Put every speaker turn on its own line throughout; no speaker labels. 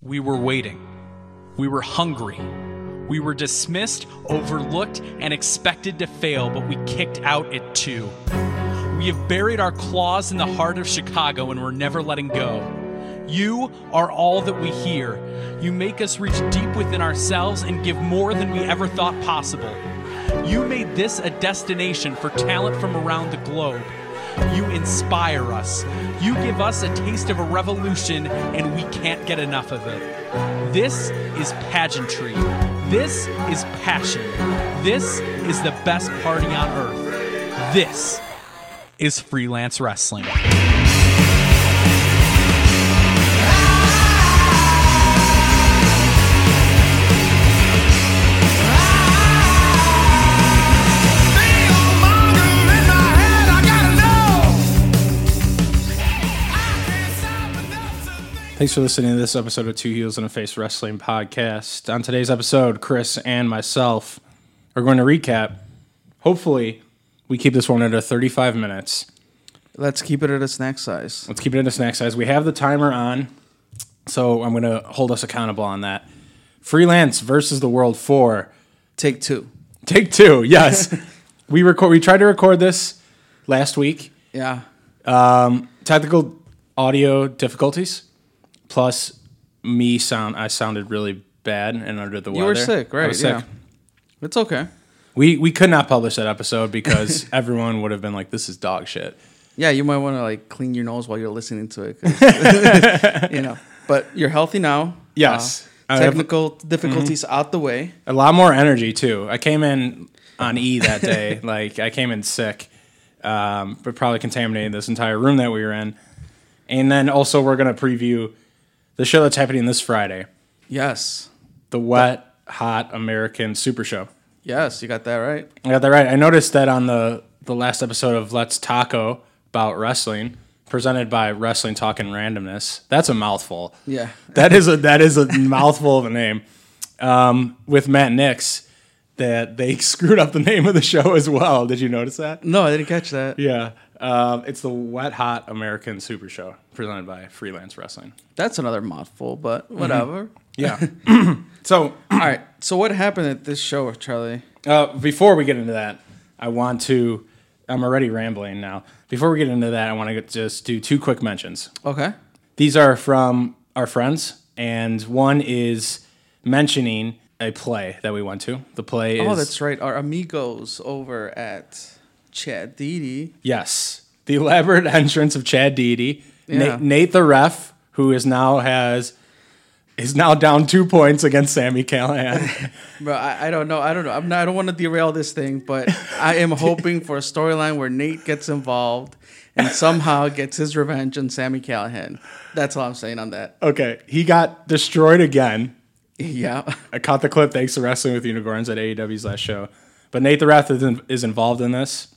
We were waiting. We were hungry. We were dismissed, overlooked, and expected to fail, but we kicked out at two. We have buried our claws in the heart of Chicago and we're never letting go. You are all that we hear. You make us reach deep within ourselves and give more than we ever thought possible. You made this a destination for talent from around the globe. You inspire us. You give us a taste of a revolution, and we can't get enough of it. This is pageantry. This is passion. This is the best party on earth. This is freelance wrestling.
Thanks for listening to this episode of Two Heels and a Face Wrestling Podcast. On today's episode, Chris and myself are going to recap. Hopefully, we keep this one under 35 minutes.
Let's keep it at a snack size.
Let's keep it in a snack size. We have the timer on, so I'm going to hold us accountable on that. Freelance versus the World 4.
Take two.
Take two, yes. we record. We tried to record this last week.
Yeah.
Technical audio difficulties, plus me sound. I sounded really bad and under the
You
weather.
were sick,
I
right?
was
yeah.
sick.
It's okay.
We we could not publish that episode because everyone would have been like, "This is dog shit."
Yeah, you might want to like clean your nose while you're listening to it. 'cause- you know, but you're healthy now.
Yes. I
Uh,
have- Mm-hmm.
technical difficulties out the way.
A lot more energy too. I came in on E that day. like I came in sick, um, but probably contaminated this entire room that we were in. And then also we're gonna preview the show that's happening this Friday,
Yes.
the Wet Hot American Super Show.
Yes, you got that right.
I got that right. I noticed that on the the last episode of Let's Taco about wrestling, presented by Wrestling Talk and Randomness. That's a mouthful.
Yeah.
that is a that is a mouthful of a name. Um, with Matt Nix, that they screwed up the name of the show as well. Did you notice that?
No, I didn't catch that.
Yeah. Um, it's the Wet Hot American Super Show presented by Freelance Wrestling.
That's another mouthful, but
Mm-hmm.
whatever.
Yeah. so
All right. So what happened at this show, Charlie?
Uh, before we get into that, I want to. I'm already rambling now. Before we get into that, I want to just do two quick mentions.
Okay.
These are from our friends, and one is mentioning a play that we went to. The play is
Oh, that's right. Our amigos over at Chad Didi.
yes, the elaborate entrance of Chad Deedy,
Yeah.
Nate, Nate the ref, who is now has is now down two points against Sammy Callahan.
Bro, I, I don't know. I don't know. I'm not, I don't want to derail this thing, but I am hoping for a storyline where Nate gets involved and somehow gets his revenge on Sammy Callahan. That's all I'm saying on that.
okay, he got destroyed again.
Yeah.
I caught the clip. Thanks to Wrestling with Unicorns at AEW's last show. But Nate the Wrath is, in, is involved in this.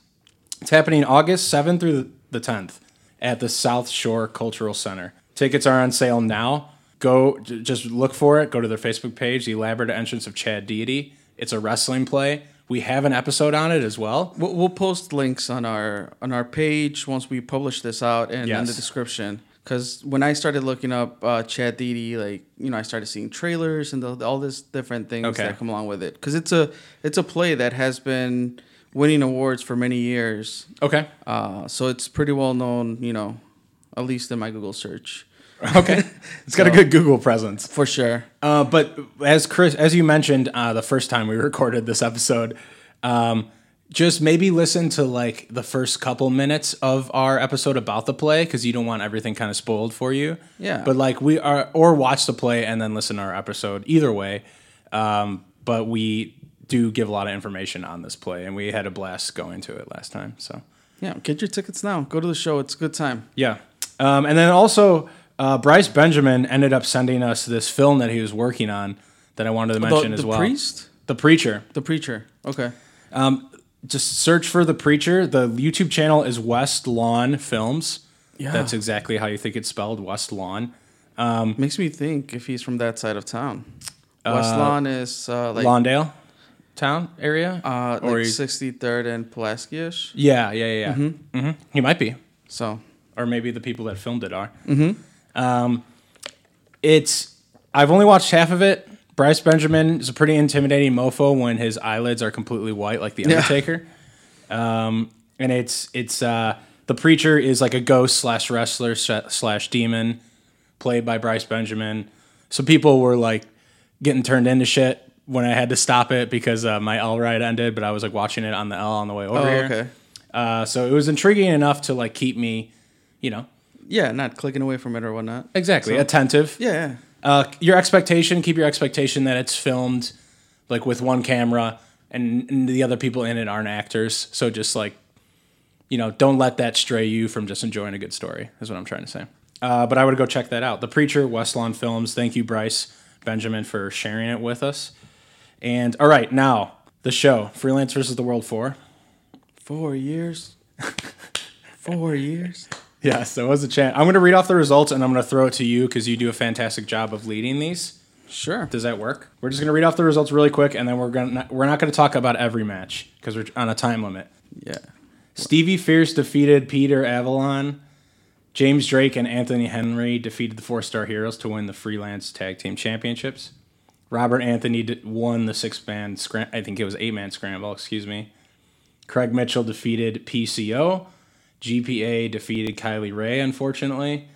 It's happening August 7th through the- the 10th at the South Shore Cultural Center. Tickets are on sale now. Go j- just look for it. Go to their Facebook page, The Elaborate Entrance of Chad Deity. It's a wrestling play. We have an episode on it as well.
We'll, we'll post links on our on our page once we publish this out and in the
Yes.
description. Because when I started looking up uh, Chad Didi, like you know, I started seeing trailers and the, all this different things
Okay.
that come along with it. Because it's a it's a play that has been winning awards for many years.
Okay.
Uh, so it's pretty well known, you know, at least in my Google search
Okay. It's got a good Google presence.
for sure.
Uh, but as Chris, as you mentioned uh, the first time we recorded this episode, um, just maybe listen to like the first couple minutes of our episode about the play because you don't want everything kind of spoiled for you.
Yeah.
But like we are, or watch the play and then listen to our episode. Either way, um, but we do give a lot of information on this play, and we had a blast going to it last time. So
Yeah, get your tickets now. Go to the show. It's a good time.
yeah. Um, and then also, uh, Bryce Benjamin ended up sending us this film that he was working on that I wanted to mention
the
as well.
priest?
The Preacher.
The preacher. Okay.
Just search for The Preacher. The YouTube channel is West Lawn Films.
Yeah.
That's exactly how you think it's spelled, West Lawn. Mm-hmm.
Makes me think if he's from that side of town. West Lawn is uh, like
Lawndale Uh, town area?
uh,
or
like
he-
sixty third and Pulaski ish.
yeah, yeah, yeah. yeah. Mm-hmm. He might be.
So
or maybe the people that filmed it are. Mm-hmm. Um, it's I've only watched half of it. Bryce Benjamin is a pretty intimidating mofo when his eyelids are completely white, like the Undertaker. Um, and it's it's uh, the preacher is like a ghost slash wrestler sha- slash demon, played by Bryce Benjamin. So people were like getting turned into shit when I had to stop it because uh, my L ride ended, but I was like watching it on the L on the way over
Oh,
here.
okay.
Uh, so it was intriguing enough to like keep me, you know,
Yeah, not clicking away from it or whatnot.
exactly attentive.
Yeah, yeah.
Uh, your expectation, keep your expectation that it's filmed like with one camera and, and the other people in it aren't actors. So just like, you know, don't let that stray you from just enjoying a good story, is what I'm trying to say. Uh, but I would go check that out. The Preacher, Westlawn Films. Thank you, Bryce Benjamin, for sharing it with us. And all right, now the show Freelance versus the World 4.
Four years. Four years.
Yes, there was a chance. I'm going to read off the results and I'm going to throw it to you because you do a fantastic job of leading these.
Sure.
Does that work? We're just gonna read off the results really quick, and then we're gonna we're not gonna talk about every match because we're on a time limit.
Yeah.
Stevie Fierce defeated Peter Avalon. James Drake and Anthony Henry defeated the Four Star Heroes to win the Freelance Tag Team Championships. Robert Anthony d- won the six man scram. I think it was eight man scramble. Excuse me. Craig Mitchell defeated PCO. GPA defeated Kylie Ray. Unfortunately.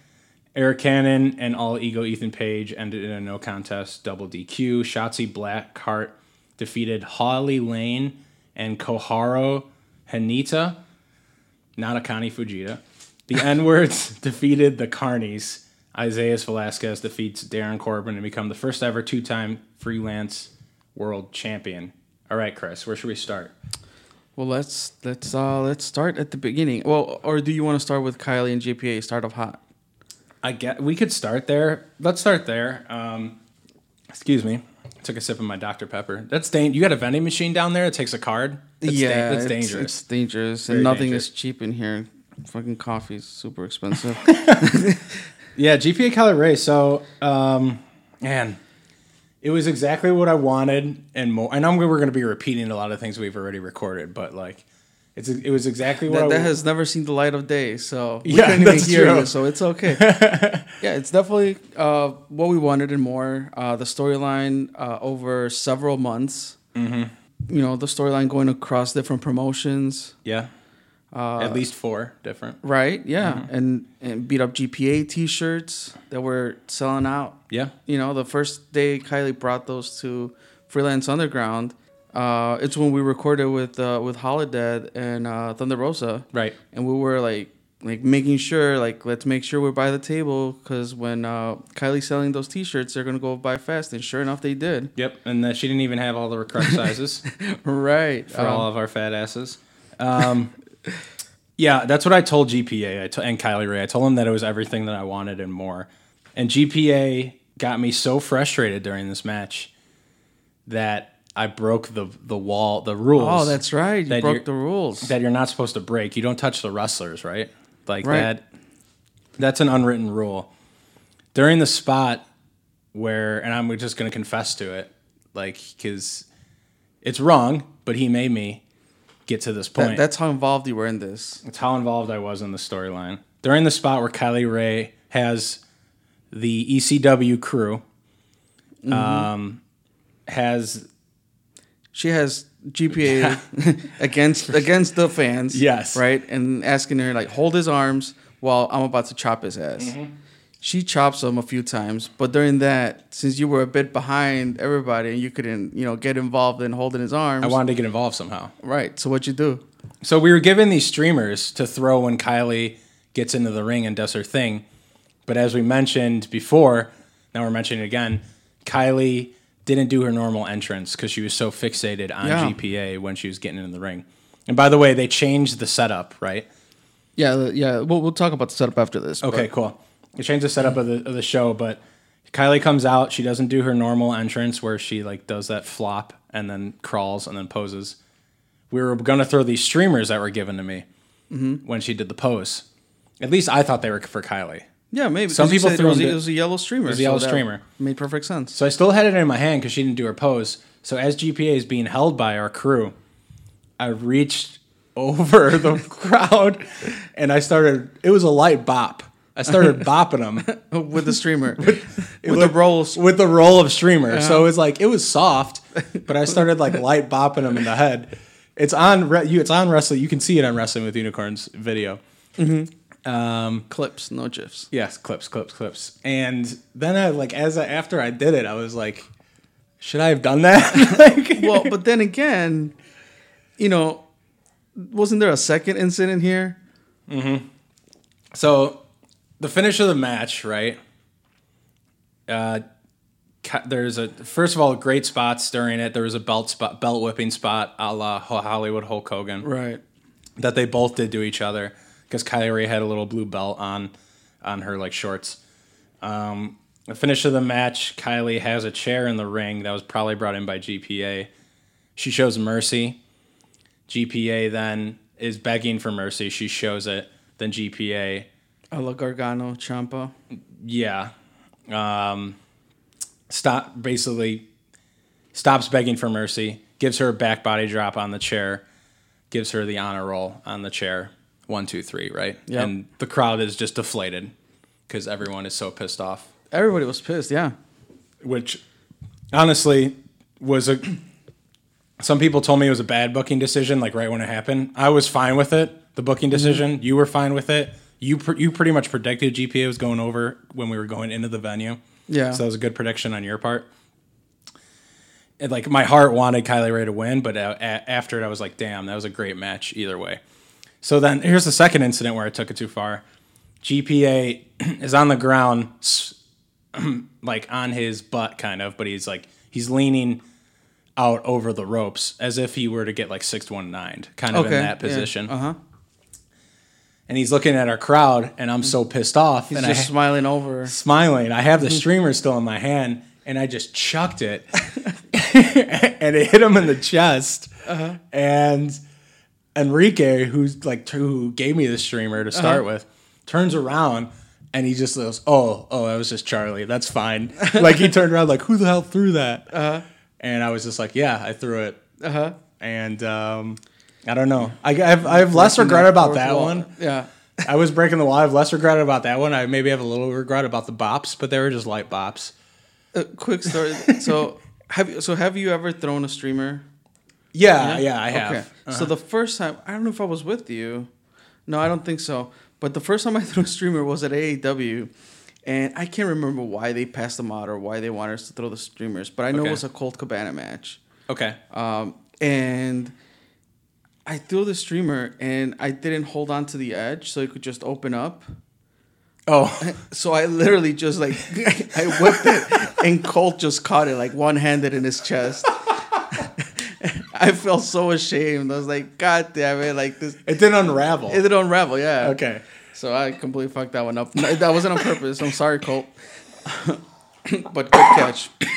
Eric Cannon and all ego Ethan Page ended in a no contest double DQ. Shotzi Blackheart defeated Holly Lane and Koharo Hanita, not Akane Fujita. The N words defeated the Carnies. Isaiah Velasquez defeats Darren Corbin and become the first ever two time freelance world champion. All right, Chris, where should we start?
Well, let's let's uh let's start at the beginning. Well, or do you want to start with Kylie and GPA? Start off hot.
I get we could start there. Let's start there. Um, excuse me. I took a sip of my Dr. Pepper. That's dang you got a vending machine down there that takes a card? That's dan- that's
it's-
dangerous.
It's, dangerous, and nothing is cheap in here. Fucking coffee's super expensive.
Yeah, GPA Kyler Ray. So, um, man, it was exactly what I wanted and more. I know we're going to be repeating a lot of things we've already recorded, but like, it's it was exactly what I
that, that
wa-
has never seen the light of day, so we
Yeah,
couldn't even
that's
hear
true.
you, so it's okay. yeah, it's definitely uh, what we wanted and more. Uh, the storyline uh, over several months. Mm-hmm. You know, the storyline going across different promotions.
yeah,
Uh,
at least four different.
Right. Yeah. And and beat up GPA T-shirts that were selling out.
Yeah,
You know, the first day Kylie brought those to Freelance Underground, uh, it's when we recorded with uh, with Holodead and uh, Thunder Rosa.
Right.
And we were like like making sure like let's make sure we're by the table because when uh, Kylie's selling those T-shirts, they're gonna go by fast. And sure enough, they did.
yep. And uh, she didn't even have all the correct sizes.
Right.
for all of our fat asses. Um, yeah, that's what I told GPA I to- and Kylie Ray. I told him that it was everything that I wanted and more. And GPA got me so frustrated during this match that I broke the the wall, the rules.
oh, that's right. You
That you're-
broke the rules.
that you're not supposed to break. You don't touch the wrestlers, right? Like
Right.
that. That's an unwritten rule. During the spot where, and I'm just going to confess to it, like because it's wrong, but he made me get to this point.
That- that's how involved you were in this.
It's how involved I was in the storyline. During the spot where Kylie Ray has the ECW crew, um,
Mm-hmm.
has
she has GPA against against the fans.
Yes.
Right? And asking her like hold his arms while I'm about to chop his ass.
Mm-hmm.
She chops him a few times, but during that, since you were a bit behind everybody and you couldn't, you know, get involved in holding his arms.
I wanted to get involved somehow.
right. So what you do?
So we were given these streamers to throw when Kylie gets into the ring and does her thing. But as we mentioned before, now we're mentioning it again, Kylie didn't do her normal entrance because she was so fixated on
Yeah.
GPA when she was getting into the ring. And by the way, they changed the setup, right?
Yeah, the- yeah. We'll, we'll talk about the setup after this.
Okay, cool. It changed the setup of the of the show, but Kylie comes out. She doesn't do her normal entrance where she like does that flop and then crawls and then poses. We were gonna throw these streamers that were given to me when she did the pose. At least I thought they were for Kylie.
but- yeah, maybe.
Some
'cause you
people
said
threw
it was,
him
a-
to-
it was a yellow streamer. It
was a yellow streamer.
Made perfect sense.
So I still had it in my hand because she didn't do her pose. So as GPA is being held by our crew, I reached over the crowd and I started. It was a light bop. I started bopping him
with the streamer, with, the rolls.
with the roll of streamer. So it's like it was soft, but I started like light bopping him in the head. It's on re- you. It's on wrestling. You can see it on wrestling with unicorns video.
clips, no gifs.
Yes, clips, clips, clips. And then I like as I, after I did it, I was like, should I have done that? like,
Well, but then again, you know, wasn't there a second incident here?
So, the finish of the match, right? Uh, ca- there's a first of all great spots during it. There was a belt spot, belt whipping spot, a la Ho- Hollywood Hulk Hogan,
Right.
that they both did to each other because Kyrie had a little blue belt on on her like shorts. Um, the finish of the match, Kylie has a chair in the ring that was probably brought in by GPA. She shows mercy. GPA then is begging for mercy. She shows it. Then GPA
A la Gargano, Champa.
yeah um stop basically stops begging for mercy gives her a back body drop on the chair gives her the honor roll on the chair one two three right
Yep.
and the crowd is just deflated because everyone is so pissed off
Everybody was pissed. Yeah.
which honestly was a some people told me it was a bad booking decision like right when it happened i was fine with it the booking decision you were fine with it you pr- you pretty much predicted gpa was going over when we were going into the venue
Yeah.
so that was a good prediction on your part and like my heart wanted kylie ray to win but uh, a- after it i was like damn that was a great match either way so then here's the second incident where i took it too far gpa is on the ground s- like on his butt kind of, but he's like he's leaning out over the ropes as if he were to get like six one nine, kind of
Okay,
in that
yeah,
position.
uh-huh.
And he's looking at our crowd, and I'm so pissed off,
He's
and
just
I
smiling over.
smiling. I have the streamer still in my hand, and I just chucked it, and it hit him in the chest. And Enrique, who's like who gave me the streamer to start with, turns around and he just goes, "Oh, oh, that was just Charlie. That's fine." like he turned around, like, "Who the hell threw that?" And I was just like, "Yeah, I threw it."
Uh-huh.
And um, I don't know. I, I have, I have less regret about
Fourth
that
wall.
one.
Yeah.
I was breaking the law. I have less regret about that one. I maybe have a little regret about the bops, but they were just light bops.
A quick story. so have you? So have you ever thrown a streamer?
Yeah, yeah, I have. Uh-huh.
So the first time, I don't know if I was with you. No, I don't think so. But the first time I threw a streamer was at AAW, and I can't remember why they passed them out or why they wanted us to throw the streamers. But I know
Okay.
it was a Colt Cabana match.
Okay.
Um, and I threw the streamer, and I didn't hold on to the edge, so it could just open up.
Oh,
So I literally just like I whipped it, and Colt just caught it like one handed in his chest. I felt so ashamed. I was like, God damn it! Like this,
it didn't unravel.
it did unravel. Yeah.
okay.
So I completely fucked that one up. No, that wasn't on purpose. I'm sorry, Colt. but good catch,
Oh,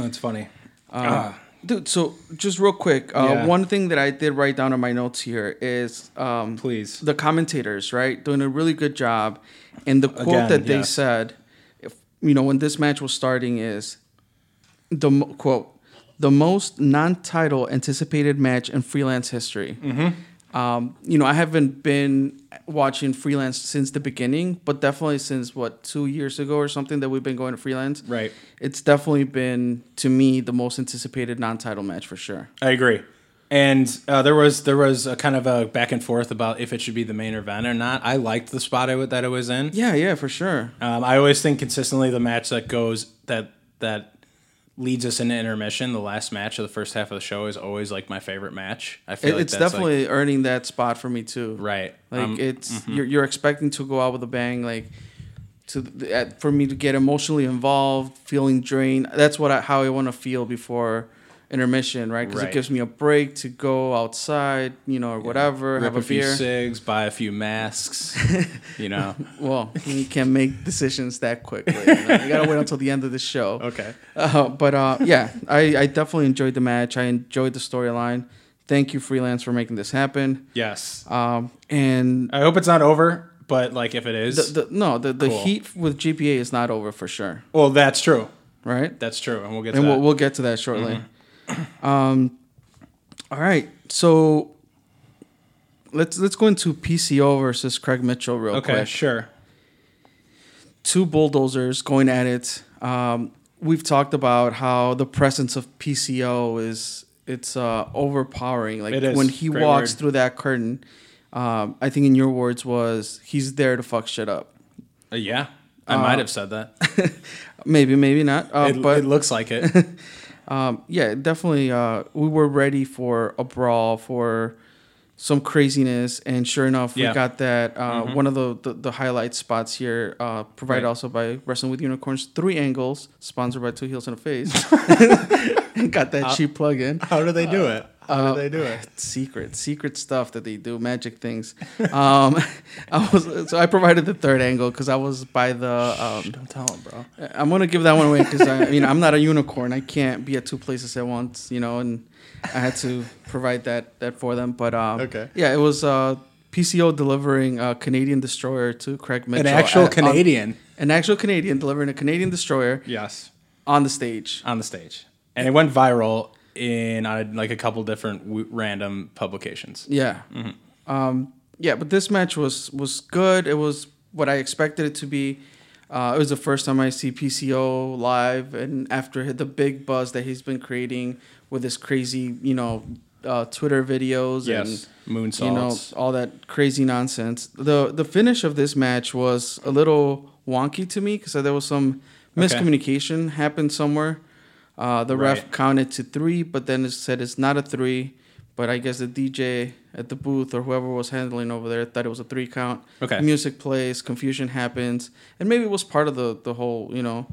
That's funny.
Uh,
Ah,
dude. So just real quick, uh,
Yeah.
one thing that I did write down in my notes here is um,
Please.
the commentators right doing a really good job, and the quote
Again,
that they
yeah.
said, if, you know, when this match was starting is the mo- quote the most non-title anticipated match in freelance history. Um, you know, I haven't been watching freelance since the beginning, but definitely since what two years ago or something that we've been going to freelance.
Right.
It's definitely been to me the most anticipated non-title match for sure.
I agree. And uh, there was there was a kind of a back and forth about if it should be the main event or not. I liked the spot I w- that it was in.
Yeah, yeah, for sure.
Um, I always think consistently the match that goes that that leads us into intermission, the last match of the first half of the show is always like my favorite match. I feel
It-
like
it's
that's, like-
definitely earning that spot for me too.
right.
Like
Um,
it's you're, you're expecting to go out with a bang, like to the- at, for me to get emotionally involved, feeling drained. That's what I, how I want to feel before intermission, right? Because
Right.
it gives me a break to go outside, you know, or whatever,
rip
have
a,
a,
few
beer.
cigs, buy a few masks, you know.
Well, you can't make decisions that quickly. You, know? You gotta wait until the end of the show.
Okay.
Uh, but uh, yeah, I, I definitely enjoyed the match. I enjoyed the storyline. Thank you, freelance, for making this happen.
Yes.
Um, and
I hope it's not over, but like if it is,
the, the, no, the, the
Cool.
heat with GPA is not over for sure,
well, that's true.
right?
That's true, and we'll get to
and
that. Mm-hmm.
we'll, we'll get to that shortly. Um, all right, so let's let's go into PCO versus Craig Mitchell real
okay,
quick.
sure.
two bulldozers going at it. Um, we've talked about how the presence of PCO is it's uh, overpowering. Like
It is.
when he
Great
walks
word.
through that curtain, um, I think in your words was he's there to fuck shit up.
Uh, yeah, I might have said that.
Maybe, maybe not. Uh,
It,
but
it looks like it.
um, yeah, definitely. Uh, we were ready for a brawl for some craziness, and sure enough,
Yeah. Mm-hmm.
we got that. Uh, One of the, the the highlight spots here, uh, provided
Right.
also by Wrestling with Unicorns, three angles, sponsored by Two Heels and a Face. got that
Uh,
cheap plug in.
How do they do it?
Uh,
How do they do it?
Secret, secret stuff that they do, magic things. Um, I was so I provided the third angle because I was by the um,
Don't tell him, bro.
I'm gonna give that one away because I, you know, I'm not a unicorn. I can't be at two places at once, you know, and I had to provide that that for them. But um,
Okay.
yeah, it was uh, PCO delivering a Canadian destroyer to Craig Mitchell,
An actual
at- on-
Canadian.
an actual Canadian delivering a Canadian destroyer
Yes,
on the stage.
on the stage, and it went viral in uh, like a couple different w- random publications.
Yeah, um, yeah, but this match was was good. It was what I expected it to be. Uh, it was the first time I see PCO live, and after the big buzz that he's been creating with his crazy, you know, uh, Twitter videos
Yes,
and
moonsaults.
you know, all that crazy nonsense. the The finish of this match was a little wonky to me because there was some miscommunication happened somewhere. Uh, the ref
Right.
counted to three, but then it said it's not a three. But I guess the DJ at the booth or whoever was handling over there thought it was a three count.
Okay.
Music plays, confusion happens, and maybe it was part of the the whole you know,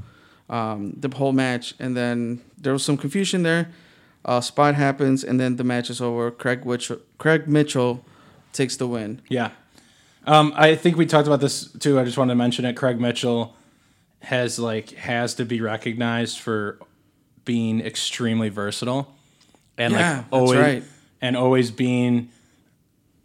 um, the whole match. And then there was some confusion there. Uh, spot happens, and then the match is over. Craig Witch- Craig Mitchell takes the win.
Yeah. Um, I think we talked about this too. I just wanted to mention it. Craig Mitchell has like has to be recognized for being extremely versatile and
Yeah,
like
that's
always
right.
and always being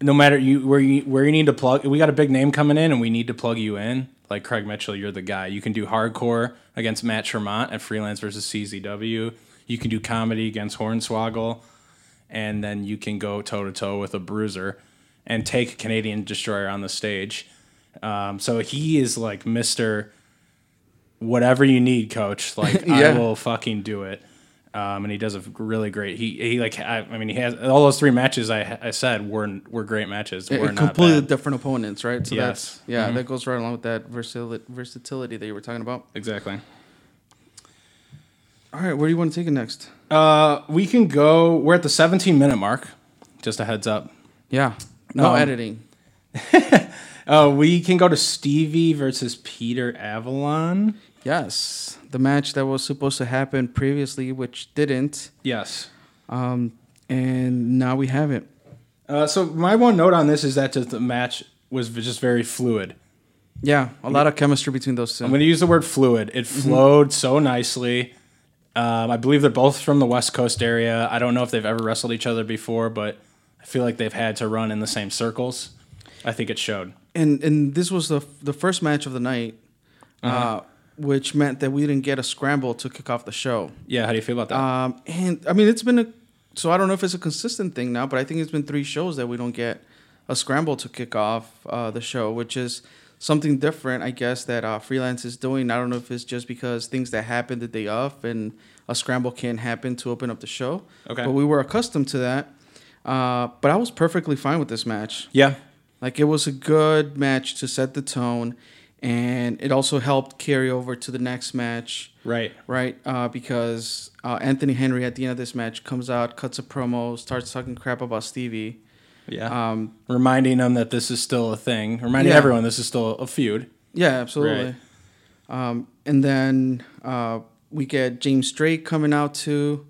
no matter you where you where you need to plug we got a big name coming in and we need to plug you in. Like Craig Mitchell, you're the guy. You can do hardcore against Matt Tremont at Freelance versus CZW. You can do comedy against Hornswoggle and then you can go toe to toe with a bruiser and take a Canadian destroyer on the stage. Um, so he is like Mister. Whatever you need, coach. Like I
Yeah.
will fucking do it. Um, and he does a really great. He he like I, I mean he has all those three matches I I said were were great matches.
And
Were not
completely
bad.
different opponents, right? So
Yes. Mm-hmm.
that's yeah, that goes right along with that versatili- versatility that you were talking about.
exactly.
All right, where do you want to take it next?
Uh, we can go. We're at the 17 minute mark. Just a heads up.
Yeah, no
Um,
editing.
Uh, we can go to Stevie versus Peter Avalon.
Yes, the match that was supposed to happen previously, which didn't,
Yes.
um, and now we have it.
Uh, so my one note on this is that just the match was v- just very fluid.
Yeah, a lot of chemistry between those two.
I'm going to use the word fluid. It flowed so nicely. Um, I believe they're both from the West Coast area. I don't know if they've ever wrestled each other before, but I feel like they've had to run in the same circles. I think it showed.
and and this was the the first match of the night, uh which meant that we didn't get a scramble to kick off the show.
Yeah, how do you feel about that?
Um, and I mean, it's been a so I don't know if it's a consistent thing now, but I think it's been three shows that we don't get a scramble to kick off uh, the show, which is something different, I guess, that uh, freelance is doing. I don't know if it's just because things that happen the day of and a scramble can happen to open up the show.
Okay.
But we were accustomed to that. Uh, but I was perfectly fine with this match.
yeah.
Like it was a good match to set the tone, and it also helped carry over to the next match
Right.
right? Uh, because uh, Anthony Henry at the end of this match comes out, cuts a promo, starts talking crap about Stevie.
Yeah. Um, reminding them that this is still a thing. Reminding
Yeah.
everyone this is still a feud.
Yeah, absolutely. Um, and then uh, we get James Drake coming out to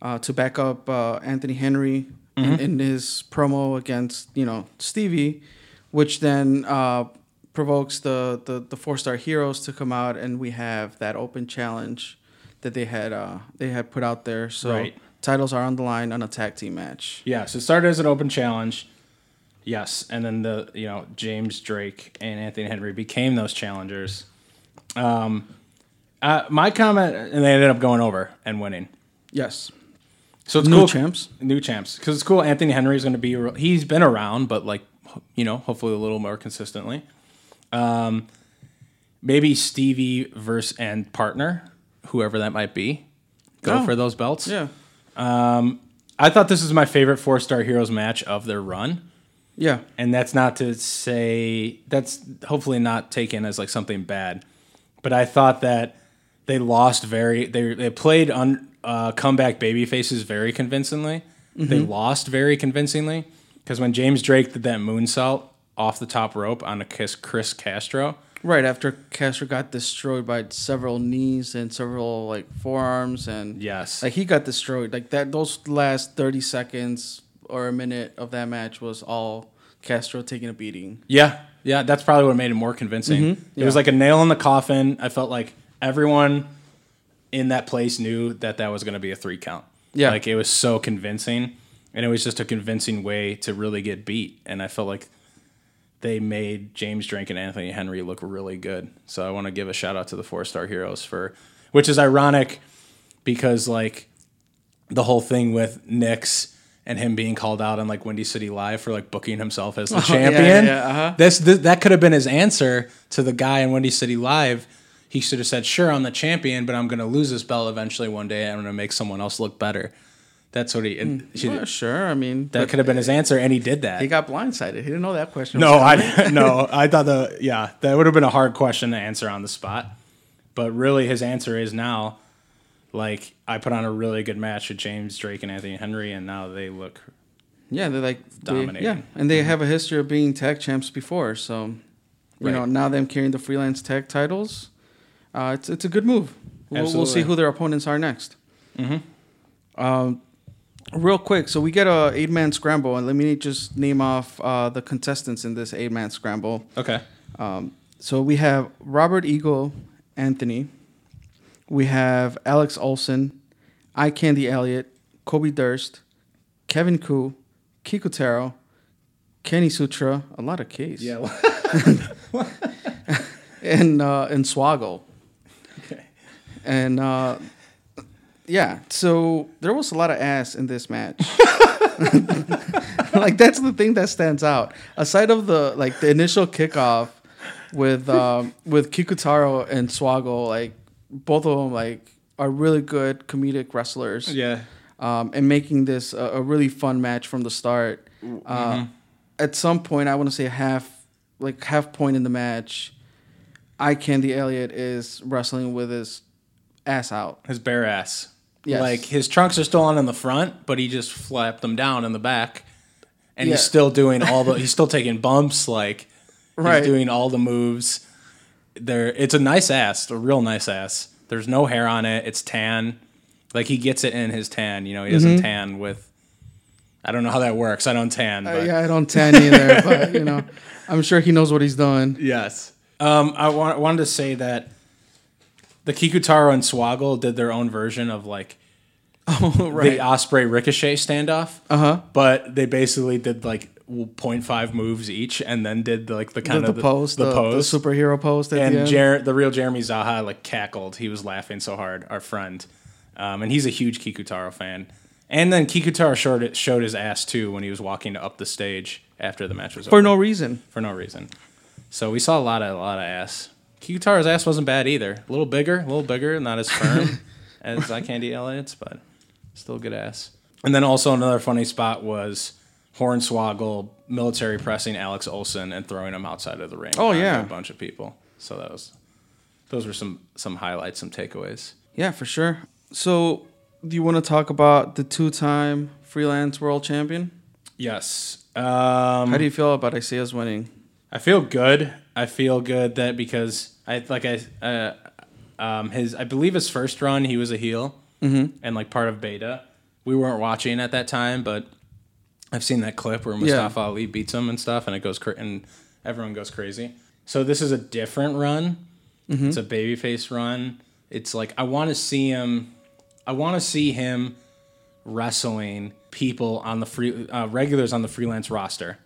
uh, to back up uh, Anthony Henry
Mm-hmm.
in, in his promo against you know Stevie, which then uh, provokes the the, the four star heroes to come out, and we have that open challenge that they had uh, they had put out there. So
Right.
titles are on the line on a tag team match.
Yeah, so it started as an open challenge. Yes, and then the you know James Drake and Anthony Henry became those challengers. Um, uh, my comment, and they ended up going over and winning.
Yes,
So it's
New
cool,
champs?
new champs, because it's cool. Anthony Henry is going to be he's been around, but like you know, hopefully a little more consistently. Um, maybe Stevie verse and partner, whoever that might be, go
Oh.
for those belts.
Yeah.
I thought this was my favorite four star heroes match of their run,
Yeah.
and that's not to say that's hopefully not taken as like something bad, but I thought that they lost very they they played on uh, comeback baby faces very convincingly. They lost very convincingly because when James Drake did that moonsault off the top rope on a kiss Chris Castro.
Right after Castro got destroyed by several knees and several like forearms and
Yes.
like he got destroyed. Like that, those last thirty seconds or a minute of that match was all Castro taking a beating.
Yeah, yeah, that's probably what made it more convincing. It was
Mm-hmm. Yeah.
like a nail in the coffin. I felt like everyone in that place knew that that was going to be a three count.
Yeah.
like it was so convincing, and it was just a convincing way to really get beat. And I felt like they made James Drake and Anthony Henry look really good. So I want to give a shout out to the four star heroes for, which is ironic because like the whole thing with Nix and him being called out on like Windy City Live for like booking himself as the champion.
Oh, yeah, uh-huh.
This, this that could have been his answer to the guy in Windy City Live. He should have said, "Sure, I'm the champion, but I'm going to lose this belt eventually one day. and I'm going to make someone else look better." That's what he. and he-
Yeah, sure. I mean,
that could have been his answer, and he did that.
Hmm. He got blindsided. He didn't know that question.
No,
was coming.
I no, I thought the yeah that would have been a hard question to answer on the spot, but really his answer is now, like I put on a really good match with James Drake and Anthony Henry, and now they look
Yeah, they're like they-
Dominating. Mm-hmm.
yeah, and they have a history of being tag champs before, so you know
Right.
now them carrying the freelance tag titles, uh, it's it's a good move. We'll, we'll see
Absolutely.
who their opponents are next. Mm-hmm. Um, real quick, so we get a eight man scramble, and let me just name off uh, the contestants in this eight man scramble.
okay.
So we have Robert Eagle Anthony. We have Alex Olson, I Candy Elliott, Kobe Durst, Kevin Koo, Kikutaro, Kenny Sutra, a lot of K's.
Yeah.
And uh and Swaggle.
okay.
And uh yeah, so there was a lot of ass in this match. like that's the thing that stands out. Aside of the like the initial kickoff with um, with Kikutaro and Swaggle, like both of them like are really good comedic wrestlers.
Yeah.
um, and making this a, a really fun match from the start. Uh, At some point, I want to say half, like half point in the match, I Candy Elliott is wrestling with his ass out.
His bare ass.
Yes.
Like his trunks are still on in the front, but he just flapped them down in the back, and
Yeah.
he's still doing all the. He's still taking bumps. Like
Right.
he's doing all the moves. There, it's a nice ass, a real nice ass. There's no hair on it. It's tan. Like he gets it in his tan. You know, he
Mm-hmm.
doesn't tan with. I don't know how that works. I don't tan. But
Uh, yeah, I don't tan either, but you know, I'm sure he knows what he's doing.
Yes. Um, I wa- wanted to say that the Kikutaro and Swaggle did their own version of like
Oh,
the Osprey Ricochet standoff. Uh
Uh-huh.
huh. But they basically did like w- 0.5 moves each, and then did like the kind
The,
of
the pose, the, the
pose.
superhero pose. At the
and
end.
Jer- the real Jeremy Zaha like cackled. He was laughing so hard. Our friend, um, and he's a huge Kikutaro fan. And then Kikutaro showed, showed his ass too when he was walking up the stage after the match was over
for no reason.
for no reason. So we saw a lot of a lot of ass. Kikutaro's ass wasn't bad either. A little bigger, a little bigger, not as firm as I Candy Elliott's, but still good ass. And then also another funny spot was Hornswoggle military pressing Alex Olson and throwing him outside of the ring.
Oh,
onto
yeah.
a bunch of people. So that was those were some some highlights, some takeaways.
Yeah, for sure. So, do you want to talk about the two-time freelance world champion?
Yes. Um,
How do you feel about Isaiah's winning?
I feel good. I feel good that because I like I uh, um, his I believe his first run he was a heel and like part of Beta. We weren't watching at that time, but I've seen that clip where Mustafa Ali beats him and stuff, and it goes cra- and everyone goes crazy. So this is a different run. It's a babyface run. It's like I want to see him. I want to see him wrestling people on the free uh, regulars on the freelance roster.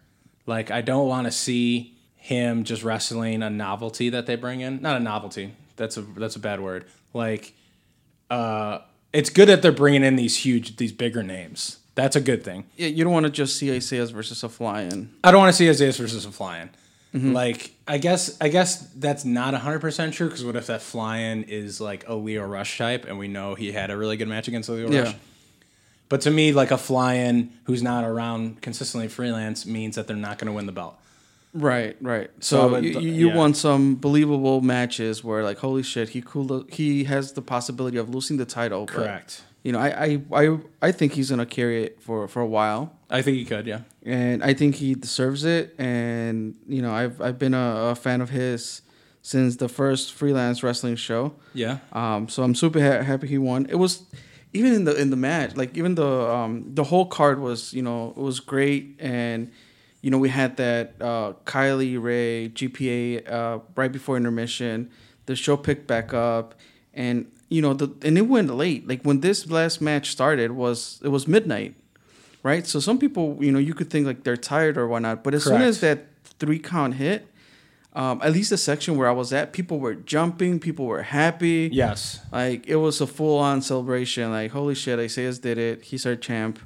Like I don't want to see him just wrestling a novelty that they bring in. Not a novelty. That's a that's a bad word. Like uh it's good that they're bringing in these huge these bigger names. That's a good thing.
Yeah, you don't want to just see Isaias versus a fly-in.
I don't want to see Isaiah versus a flying. Like I guess I guess that's not hundred percent true because what if that fly-in is like a Leo Rush type and we know he had a really good match against Leo
Yeah.
Rush. But to me, like a fly-in who's not around consistently freelance means that they're not going to win the belt.
Right, right.
So,
So,
but-
you, you
yeah.
won some believable matches where like holy shit, he cool he has the possibility of losing the title. but,
Correct.
you know, I, I I I think he's gonna carry it for for a while.
I think he could, yeah.
and I think he deserves it. And you know, I've I've been a, a fan of his since the first freelance wrestling show.
Yeah.
Um, so I'm super ha- happy he won. It was even in the in the match, like even the um the whole card was you know it was great, and you know we had that uh, Kylie Ray GPA uh, right before intermission. The show picked back up, and you know the and it went late. Like when this last match started was it was midnight, right? So some people you know you could think like they're tired or whatnot, but as soon
Correct.
as that three count hit. Um, at least the section where I was at, people were jumping, people were happy.
Yes.
Like it was a full on celebration. Like holy shit, Isaias did it. He's our champ.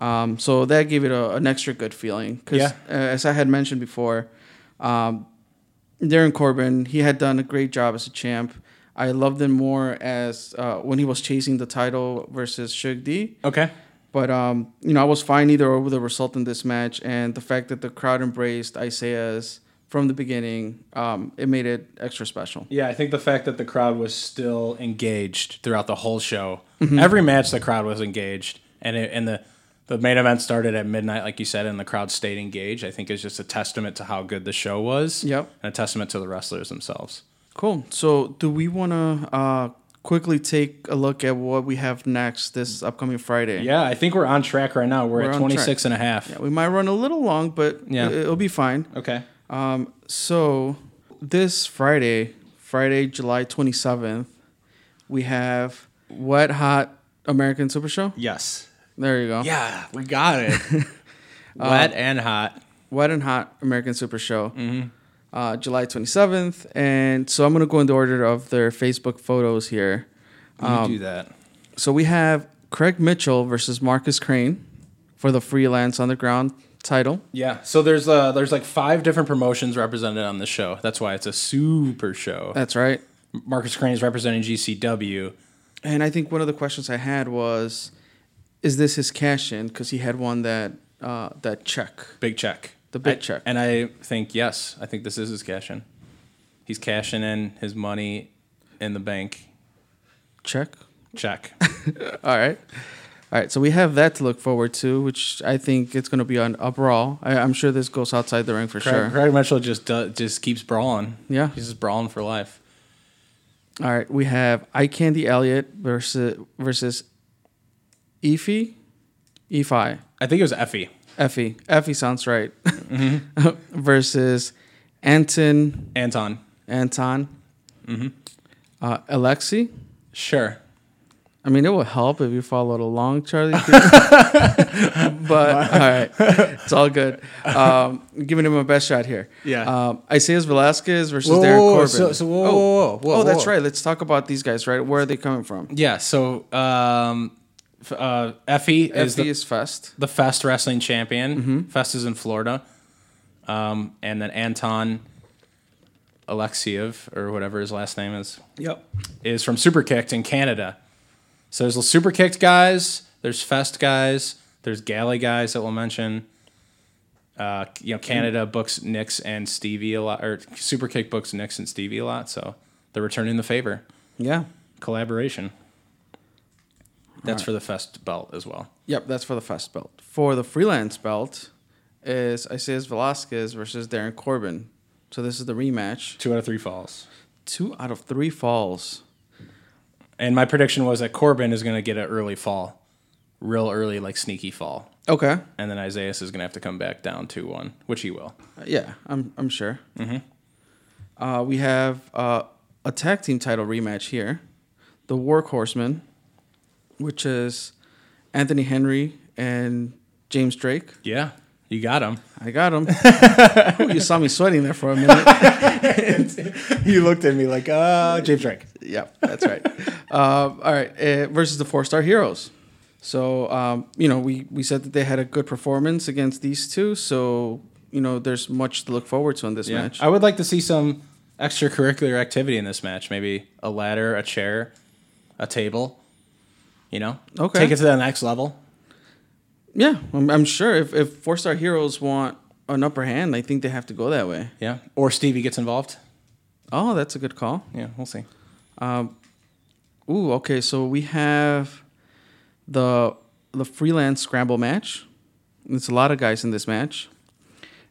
Um, so that gave it a, an extra good feeling. Cause
Yeah.
uh, as I had mentioned before, um, Darren Corbin he had done a great job as a champ. I loved him more as uh, when he was chasing the title versus Shug D.
Okay.
But um, you know, I was fine either over the result in this match, and the fact that the crowd embraced Isaias from the beginning, um, it made it extra special.
Yeah, I think the fact that the crowd was still engaged throughout the whole show, every match the crowd was engaged, and it, and the the main event started at midnight, like you said, and the crowd stayed engaged. I think is just a testament to how good the show was.
Yep.
and a testament to the wrestlers themselves.
Cool. So, do we want to uh, quickly take a look at what we have next this upcoming Friday?
Yeah, I think we're on track right now. We're,
We're
at
on track.
26 and a half.
We might run a little long, but
Yeah.
yeah. it'll be fine.
Okay.
Um, so, this Friday, Friday, July 27th, we have Wet Hot American Super Show.
Yes.
There you go.
Yeah, we got it. Wet and hot.
Wet and Hot American Super Show,
Mm-hmm.
uh, July 27th. And so, I'm going to go in the order of their Facebook photos here.
You do that.
So we have Craig Mitchell versus Marcus Crane for the freelance underground title.
Yeah. So there's uh there's like five different promotions represented on the show. That's why it's a super show.
That's right.
Marcus Crane is representing GCW.
And I think one of the questions I had was, is this his cash in? Because he had one that uh, that check.
Big check.
The big
I-
check.
And I think yes, I think this is his cash in. He's cashing in his money in the bank.
Check.
Check.
All right. All right. So we have that to look forward to, which I think it's going to be on a brawl. I, I'm sure this goes outside the ring for
Craig,
sure.
Craig Mitchell just do, just keeps brawling.
Yeah.
He's just brawling for life.
All right. We have Eye Candy Elliott versus versus Efi. Efi.
I think it was Effie.
Effie. Effie sounds right. Versus Anton.
Anton.
Anton. Uh, Alexi.
Sure.
I mean, it will help if you followed along, Charlie. but all right, it's all good. Um, giving him my best shot here.
Yeah.
Um, Isaias Velasquez versus
Whoa,
Darren
whoa, whoa,
Corbin.
so- so whoa,
oh,
whoa, whoa, whoa,
oh, that's
whoa.
right. Let's talk about these guys. Right, where are they coming from?
Yeah. So um, f- uh, Effie, is
Effie
the,
is Fest.
the Fest wrestling champion. Fest is in Florida. Um, and then Anton Alexiev or whatever his last name is.
Yep.
is from Superkicked in Canada. So there's the Superkicked guys, there's Fest guys, there's Galley guys that we'll mention. Uh, you know, Canada books Nix and Stevie a lot, or Superkick books Nix and Stevie a lot. So they're returning the favor,
Yeah.
collaboration. That's for the Fest belt as well.
Yep, that's for the fast belt. For the freelance belt is Isaias Velasquez versus Darren Corbin. So this is the rematch.
Two out of three falls.
Two out of three falls.
And my prediction was that Corbin is going to get an early fall, real early, like sneaky fall.
Okay.
And then Isaiah is going to have to come back down 2 1, which he will.
Yeah, I'm I'm sure. Mm-hmm. Uh, we have uh, a tag team title rematch here, the War Horsemen, which is Anthony Henry and James Drake.
Yeah, you got him.
I got him. Ooh, you saw me sweating there for a minute.
you looked at me like, uh, James Drake.
Yeah, that's right. um, all right, uh, versus the four star heroes. So um, you know, we we said that they had a good performance against these two. So you know there's much to look forward to in this
Yeah.
match.
I would like to see some extracurricular activity in this match. Maybe a ladder, a chair, a table. You know,
Okay.
Take it to the next level.
yeah, I'm, I'm sure if if four star heroes want an upper hand, I think they have to go that way.
Yeah, or Stevie gets involved.
Oh, that's a good call.
Yeah, we'll see.
Ooh, okay. So we have the the freelance scramble match. It's a lot of guys in this match.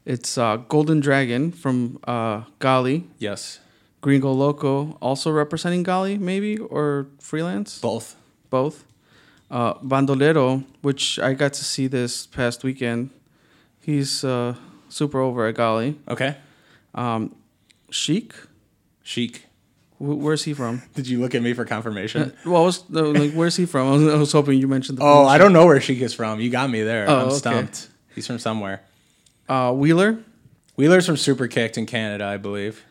It's uh, Golden Dragon from uh, Gali,
Yes,
Gringo Loco, also representing Gali, maybe or freelance,
both.
both. Uh, Bandolero, which I got to see this past weekend. He's uh, super over at Gali.
Okay,
Sheik,
chic.
Wh- where's he from?
Did you look at me for confirmation?
Well, I was no, like, where's he from? I was, I was hoping you mentioned the.
oh, I don't know where chic is from. You got me there.
Oh,
I'm
okay.
stumped. He's from somewhere.
Uh, Wheeler,
Wheeler's from Super Kicked in Canada, I believe.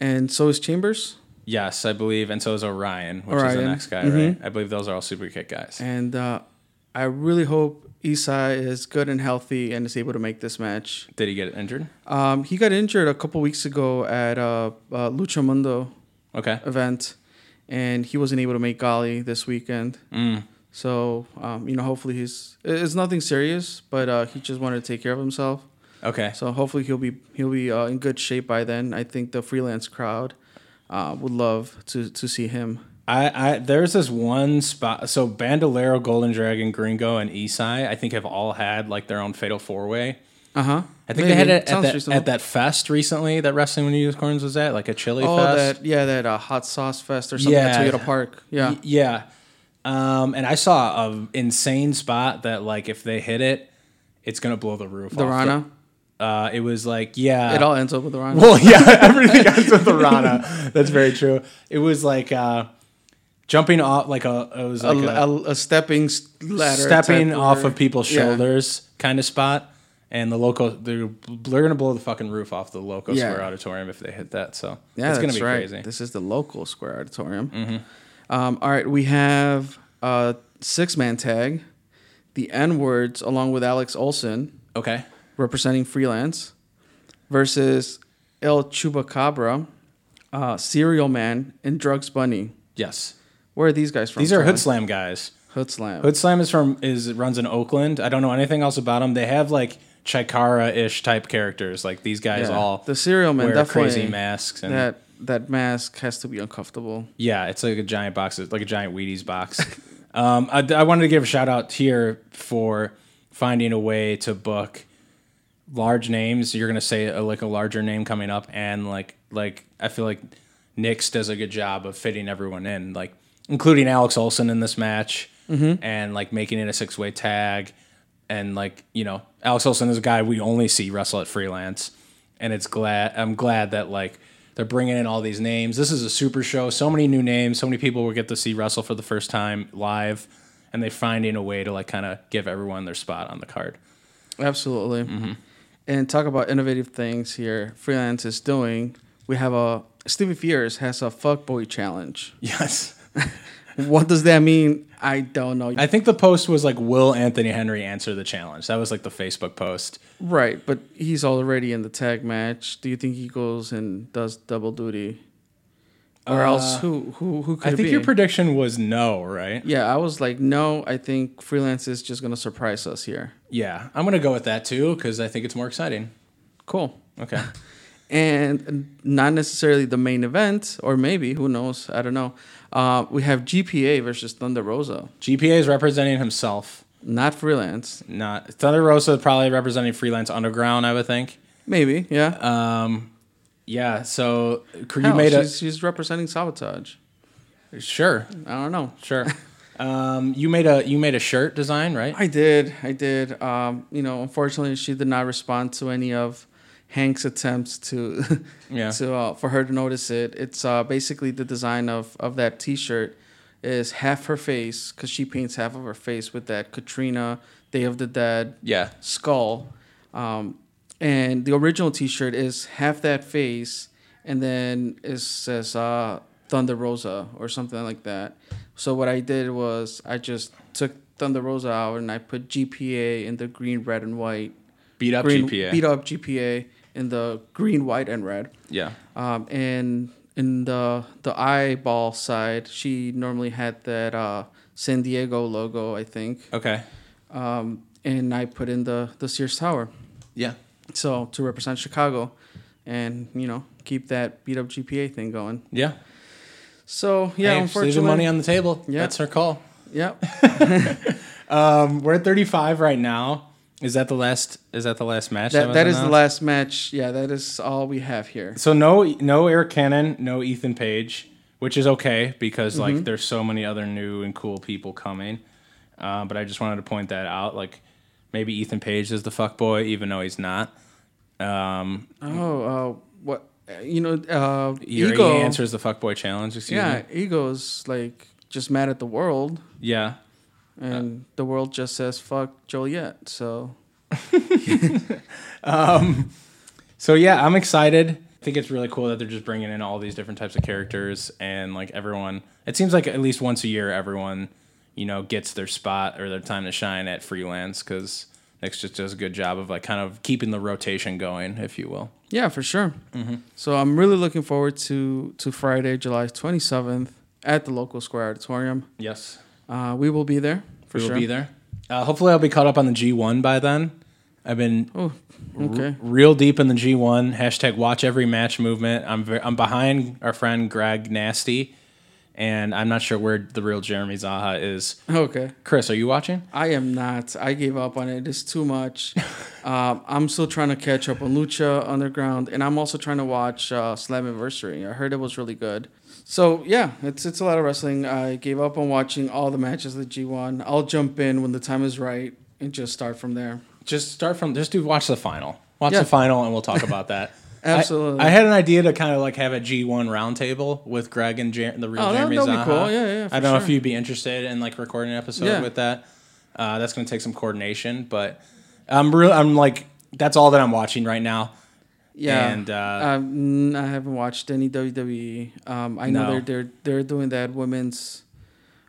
and so is Chambers.
Yes, I believe, and so is Orion, which is the
Orion. Mm-hmm.
next guy, right? I believe those are all Super Kick guys.
And uh, I really hope Isai is good and healthy and is able to make this match.
Did he get injured?
Um, he got injured a couple weeks ago at a, uh Lucha Mundo
Okay.
event, and he wasn't able to make Gali this weekend.
Mm.
So, um, you know, hopefully he's it- it's nothing serious, but uh, he just wanted to take care of himself.
Okay.
So hopefully he'll be he'll be uh, in good shape by then. I think the freelance crowd uh, would love to to see him.
I, I there's this one spot. So Bandolero, Golden Dragon, Gringo, and Isai, I think have all had like their own fatal four way.
Uh huh.
I think they had it at that, at that fest recently that Wrestling with Unicorns was at, like a chili
Oh,
fest.
that yeah, that uh, hot sauce fest or something
Yeah.
at Toyota Park. Yeah,
Y- yeah. Um, and I saw a insane spot that like if they hit it, it's gonna blow the roof.
the
off
Rana.
Uh, it was like yeah.
it all ends up with the Rana.
Well, yeah, everything ends with the Rana. That's very true. It was like uh, jumping off like a it was
a,
like a,
a- a stepping s- ladder,
stepping
type
off
where-
of people's
Yeah.
shoulders kind of spot. And the local, they're, they're gonna blow the fucking roof off the local
Yeah.
square auditorium if they hit that. So
Yeah,
it's
that's
gonna be
right.
crazy. Mm-hmm.
This is the local square auditorium. Um, all right, we have uh, six man tag, the N words along with Alex Olson
Okay,
representing freelance versus El Chubacabra, uh, Serial Man, and Drugs Bunny.
yes,
Where are these guys from?
these are
Tyler?
Hood Slam guys.
Hood Slam.
Hood Slam is from is runs in Oakland. I don't know anything else about them. They have like Chikara ish type characters. Like these guys
Yeah.
all
The Serial Man
wear
definitely
crazy masks and
that that mask has to be uncomfortable.
Yeah, it's like a giant box, it's like a giant Wheaties box. um, I, I wanted to give a shout out here for finding a way to book large names. You're gonna say a, like a larger name coming up, and like like I feel like Nix does a good job of fitting everyone in, like including Alex Olson in this match,
Mm-hmm.
and like making it a six way tag, and like you know Alex Olson is a guy we only see wrestle at freelance, and it's glad I'm glad that like. They're bringing in all these names. This is a super show. So many new names. So many people will get to see wrestle for the first time live, and they're finding a way to like kind of give everyone their spot on the card.
Absolutely.
Mm-hmm.
And talk about innovative things here. Freelance is doing. We have a Stevie Fears has a fuckboy challenge.
Yes.
What does that mean? I don't know.
I think the post was like, "Will Anthony Henry answer the challenge?" That was like the Facebook post.
right, but he's already in the tag match. Do you think he goes and does double duty? Or else who who who could
Uh, I
it
think
be?
your prediction was no, right?
yeah, I was like, no, I think freelance is just gonna surprise us here.
Yeah, I'm gonna go with that too because I think it's more exciting.
Cool.
Okay.
and not necessarily the main event, or maybe who knows? I don't know. Uh, we have GPA versus Thunder Rosa,
GPA is representing himself,
not freelance.
not Thunder Rosa. is Probably representing freelance underground, I would think.
Maybe, yeah.
Yeah. So Uh, you
Hell,
made
she's, she's representing sabotage.
a sure,
I don't know.
sure. um, you made a you made a shirt design, right?
I did, I did. Um, you know, unfortunately, she did not respond to any of Hank's attempts to,
Yeah.
to uh, for her to notice it. It's uh, basically the design of of that T-shirt is half her face because she paints half of her face with that Katrina Day of the Dead
Yeah.
skull. Um, and the original T-shirt is half that face, and then it says uh, Thunder Rosa or something like that. So what I did was I just took Thunder Rosa out and I put GPA in the green, red, and white
Beat up
green,
GPA.
beat up GPA in the green, white, and red.
Yeah.
Um, and in the the eyeball side, she normally had that uh, San Diego logo, I think.
Okay.
Um, and I put in the the Sears Tower,
Yeah.
so to represent Chicago, and you know keep that beat up GPA thing going.
Yeah.
So yeah,
Hey, if
unfortunately,
there's the money on the table.
Yeah.
That's her call.
yeah,
Um, we're at 35 right now. Is that the last? Is that the last match?
that
was
that is the
announced?
last match. Yeah, that is all we have here.
So no, no Eric Cannon, no Ethan Page, which is okay because
Mm-hmm.
like there's so many other new and cool people coming. Uh, but I just wanted to point that out. Like maybe Ethan Page is the fuck boy, even though he's not. Um,
Oh, uh, what you know, uh,
he, he
ego.
answers E the fuck boy challenge. Excuse
yeah,
me.
ego's like just mad at the world,
Yeah. Uh,
and the world just says fuck Joliet. So
So yeah, I'm excited. I think it's really cool that they're just bringing in all these different types of characters and like everyone. It seems like at least once a year, everyone, you know, gets their spot or their time to shine at freelance because Nick's just does a good job of like kind of keeping the rotation going, if you will.
yeah, for sure.
Mm-hmm.
So I'm really looking forward to to Friday, July 27th at the local square auditorium.
Yes,
Uh, we will be there for
we will
sure.
be there. Uh, hopefully, I'll be caught up on the G1 by then. I've been
Oh, okay.
real deep in the G1 hashtag watch every match movement. I'm ver- I'm behind our friend Greg Nasty, and I'm not sure where the real Jeremy Zaha is.
Okay.
Chris, are you watching?
I am not. I gave up on it. It's too much. um, I'm still trying to catch up on Lucha Underground, and I'm also trying to watch uh, Slammiversary. I heard it was really good. So yeah, it's it's a lot of wrestling. I gave up on watching all the matches of the G1. I'll jump in when the time is right and just start from there.
Just start from just do watch the final. Watch
Yeah.
the final and we'll talk about that. I-
Absolutely.
I, had an idea to kind of like have a G1 roundtable with Greg and Jer- the real
Oh, that-
Jeremy
that'd be
Zaha.
cool. Yeah, yeah, for
I don't know if
sure.
you'd be interested in like recording an episode
Yeah.
with that. Uh, that's going to take some coordination, but I'm real I'm like that's all that I'm watching right now.
Yeah,
And, uh,
um, I haven't watched any WWE. Um, I know
No.
they're they're they're doing that women's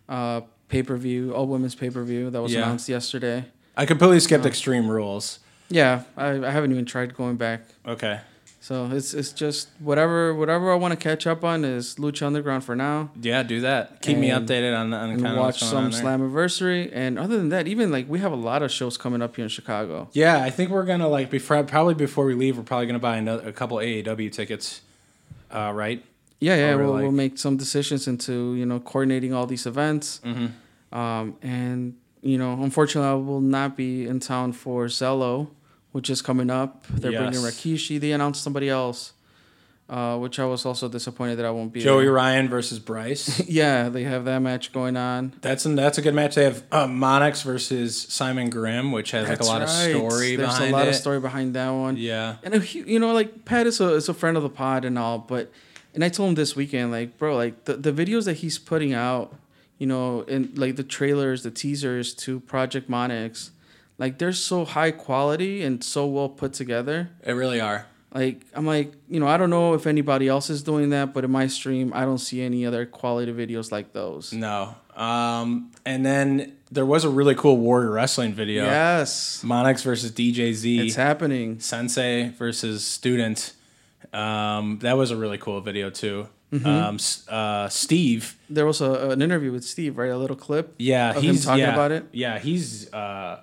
uh, pay per view, all women's pay per view that was
Yeah.
announced yesterday.
I completely skipped Extreme Rules.
Yeah, I, I haven't even tried going back.
Okay.
So it's it's just whatever whatever I want to catch up on is Lucha Underground for now.
Yeah, do that. Keep me
And-
updated on, on
And
kind of
watch
what's going
some
on there.
Slammiversary. And other than that, even like we have a lot of shows coming up here in Chicago.
Yeah, I think we're gonna like before probably before we leave, we're probably gonna buy another, a couple AAW tickets, uh, right?
Yeah, yeah,
Oh,
we'll,
really?
we'll make some decisions into you know coordinating all these events.
Mm-hmm.
Um, and you know, unfortunately, I will not be in town for Zello, which is coming up. They're bringing
Yes.
Rakishi. They announced somebody else, uh, which I was also disappointed that I won't be.
Joey
there.
Ryan versus Bryce.
Yeah, they have that match going on.
That's an, that's a good match. They have uh, Monix versus Simon Grimm, which has like a lot of story
There's
behind
a lot
it.
of story behind that one.
Yeah,
And if you, you know, like Pat is a is a friend of the pod and all, but and I told him this weekend, like, bro, like the, the videos that he's putting out, you know, and like the trailers, the teasers to Project Monix, like they're so high quality and so well put together.
they really are.
Like I'm like, you know, I don't know if anybody else is doing that, but in my stream, I don't see any other quality videos like those.
No, um, and then there was a really cool Warrior Wrestling video.
Yes,
Monix versus DJ Z.
it's happening.
Sensei versus student. Um, that was a really cool video too.
Mm-hmm.
Um, S- uh, Steve.
There was a, an interview with Steve, right? A little clip.
yeah,
of him
he's
talking
yeah,
about it?
Yeah, he's uh,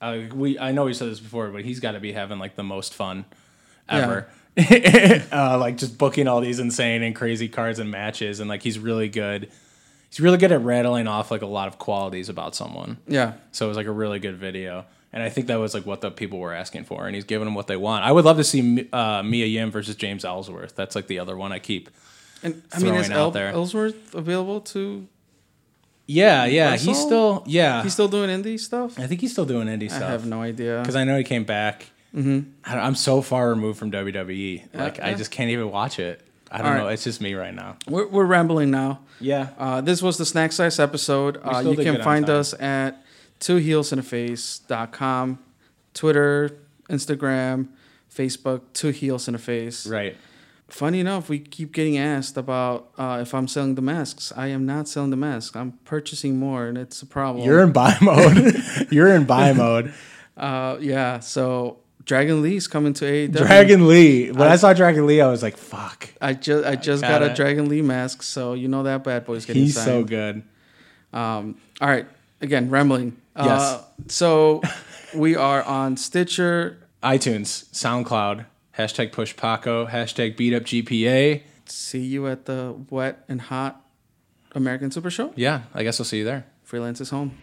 uh, we I know we said this before, but he's got to be having like the most fun ever. uh, like just booking all these insane and crazy cards and matches, and like he's really good. He's really good at rattling off like a lot of qualities about someone.
Yeah.
So it was like a really good video. And I think that was like what the people were asking for, and he's giving them what they want. I would love to see uh, Mia Yim versus James Ellsworth. That's like the other one I keep.
And I mean, is
throwing out
El-
there.
Ellsworth available to?
Yeah, yeah, he's
Russell?
still yeah.
He's still doing indie stuff.
I think he's still doing indie stuff.
I have no idea.
because I know he came back. I don't, I'm so far removed from WWE. Like I
yeah.
just can't even watch it. I don't
All right.
know. It's just me right now.
We're, we're rambling now.
Yeah.
Uh, this was the snack size episode. Uh,
still
you
did good
can
on
find
time.
us at twoheelsinaface.com, Twitter, Instagram, Facebook, two heels in a face.
right.
Funny enough, we keep getting asked about uh, if I'm selling the masks. I am not selling the masks. I'm purchasing more, and it's a problem.
You're in buy mode. You're in buy mode.
Uh, yeah. So Dragon Lee's coming to E AEW.
Dragon Lee. When I, saw Dragon Lee, I was like, fuck.
I just I just
Got
got,
it.
a Dragon Lee mask, so you know that bad boy's getting
He's
signed.
so good.
Um, all right, again rambling.
Yes.
Uh, so we are on Stitcher.
iTunes, SoundCloud, hashtag push Paco, hashtag beat up GPA.
See you at the wet and hot American Super Show.
Yeah, I guess I'll see you there.
Freelance is home.